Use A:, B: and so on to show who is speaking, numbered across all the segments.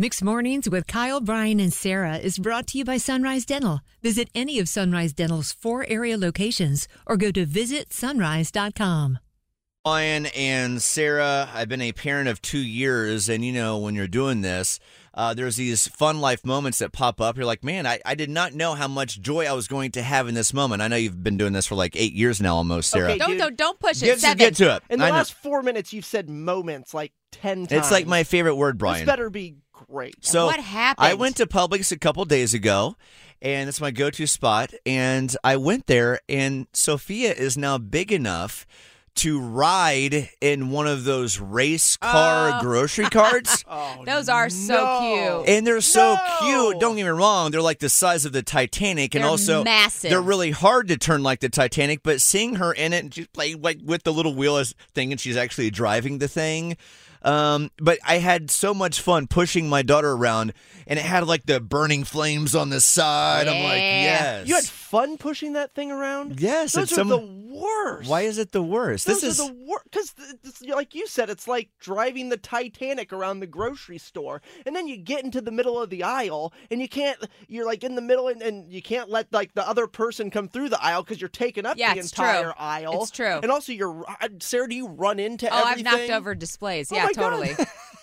A: Mixed Mornings with Kyle, Brian, and Sarah is brought to you by Sunrise Dental. Visit any of Sunrise Dental's four area locations or go to visitsunrise.com.
B: Brian and Sarah, I've been a parent of two years, and you know, when you're doing this, uh, there's these fun life moments that pop up. You're like, man, I, I did not know how much joy I was going to have in this moment. I know you've been doing this for like eight years now almost, Sarah.
C: Okay,
D: Don't
C: dude.
D: don't don't push it.
B: Get, to,
D: Seven.
B: get to it.
C: In the
B: I know.
C: last four minutes, you've said moments like ten times.
B: It's like my favorite word,
C: This
B: Brian.
C: better be great.
B: So
D: What happened?
B: I went to Publix a couple days ago, and it's my go-to spot. And I went there, and Sophia is now big enough to ride in one of those race car
D: Oh.
B: grocery carts.
C: Oh,
D: Those are so
C: no.
D: cute.
B: And they're so
C: No.
B: cute. Don't get me wrong; they're like the size of the Titanic, and
D: They're
B: also
D: massive.
B: They're really hard to turn like the Titanic. But seeing her in it, and she's playing like with the little wheel as- thing, and she's actually driving the thing. Um, but I had so much fun pushing my daughter around, and it had like the burning flames on the side. I'm like,
D: Yeah.
B: yes,
C: You had fun pushing that thing around.
B: yes.
C: those
B: it's
C: are
B: some-
C: the worst.
B: why is it the worst?
C: Those
B: this is
C: are the worst because, like you said, it's like driving the Titanic around the grocery store, and then you get into the middle of the aisle, and you can't. You're like in the middle, and, and you can't let like the other person come through the aisle because you're taking up
D: Yeah,
C: the
D: it's true.
C: entire aisle.
D: It's true.
C: And also, you're uh, Sarah. Do you run into?
D: oh,
C: everything?
D: I've knocked over displays.
C: Oh
D: Yeah,
C: my God.
D: totally.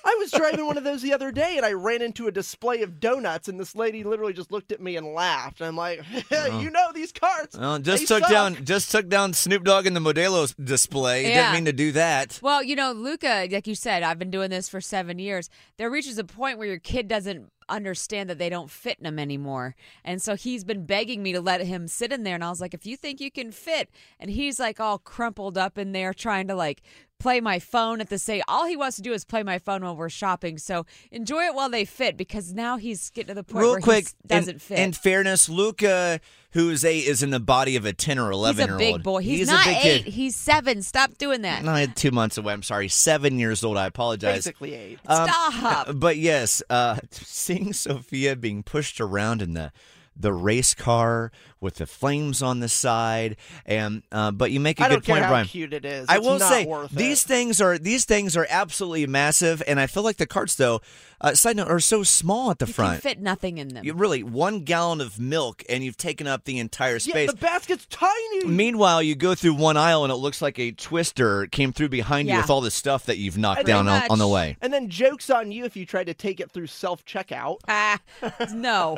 C: I was driving one of those the other day, and I ran into a display of donuts, and this lady literally just looked at me and laughed. And I'm like, you know these carts.
B: Oh. Well, just
C: they
B: took
C: suck.
B: down just took down Snoop Dogg in the Modelo display. Didn't
D: Yeah.
B: mean to do that.
D: Well, you know, Luca, like you said, I've been doing this for seven years. There reaches a point where your kid doesn't understand that they don't fit in them anymore. And so he's been begging me to let him sit in there. And I was like, if you think you can fit. And he's like all crumpled up in there trying to like play my phone at the same all he wants to do is play my phone while we're shopping. So enjoy it while they fit because now he's getting to the point where
B: Real
D: he
B: quick,
D: s- doesn't
B: in,
D: fit.
B: in fairness, Luca, who is a is in the body of a ten or
D: he's
B: eleven
D: a
B: year
D: big
B: old.
D: boy. He's, not
B: a big
D: eight.
B: Kid.
D: He's seven. Stop doing that.
B: No, I had two months away. I'm sorry, seven years old. I apologize.
C: Basically, eight.
B: Um,
D: Stop.
B: But yes, uh, seeing Sophia being pushed around in the the race car with the flames on the side, and uh, but you make a
C: I
B: good
C: don't
B: point,
C: care
B: Brian.
C: how cute it is.
B: I
C: It's
B: will
C: not
B: say
C: worth it.
B: these things are these things are absolutely massive, and I feel like the carts though, uh, side note, are so small at the
D: you
B: front.
D: can fit nothing in them.
B: You really one gallon of milk and you've taken up the entire
C: Yeah,
B: space.
C: the basket's tiny.
B: Meanwhile, you go through one aisle and it looks like a twister came through behind you
D: Yeah.
B: with all the stuff that you've knocked
C: Pretty
B: down on,
D: much.
B: on the way.
C: And then jokes on you if you try to take it through self checkout.
D: Ah, no,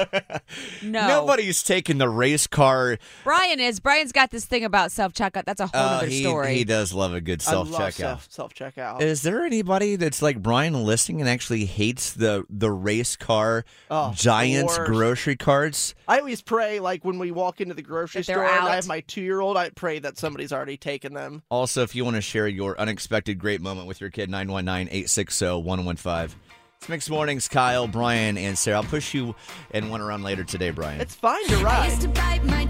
D: no.
B: Nobody's taking the race car.
D: Brian is. Brian's got this thing about self checkout. That's a whole
B: Oh,
D: other
B: he,
D: story.
B: he does love a good self checkout.
C: Self oh. checkout.
B: Is there anybody that's like Brian listening and actually hates the the race car
C: Oh,
B: giants
C: worst.
B: grocery carts?
C: I always pray, like when we walk into the grocery
D: That they're
C: store, and
D: out.
C: I have my two year old. I pray that somebody's already taken them.
B: Also, if you want to share your unexpected great moment with your kid, 919 860 115. It's Mixed Mornings, Kyle, Brian, and Sarah. I'll push you and one around later today, Brian.
C: It's fine to ride.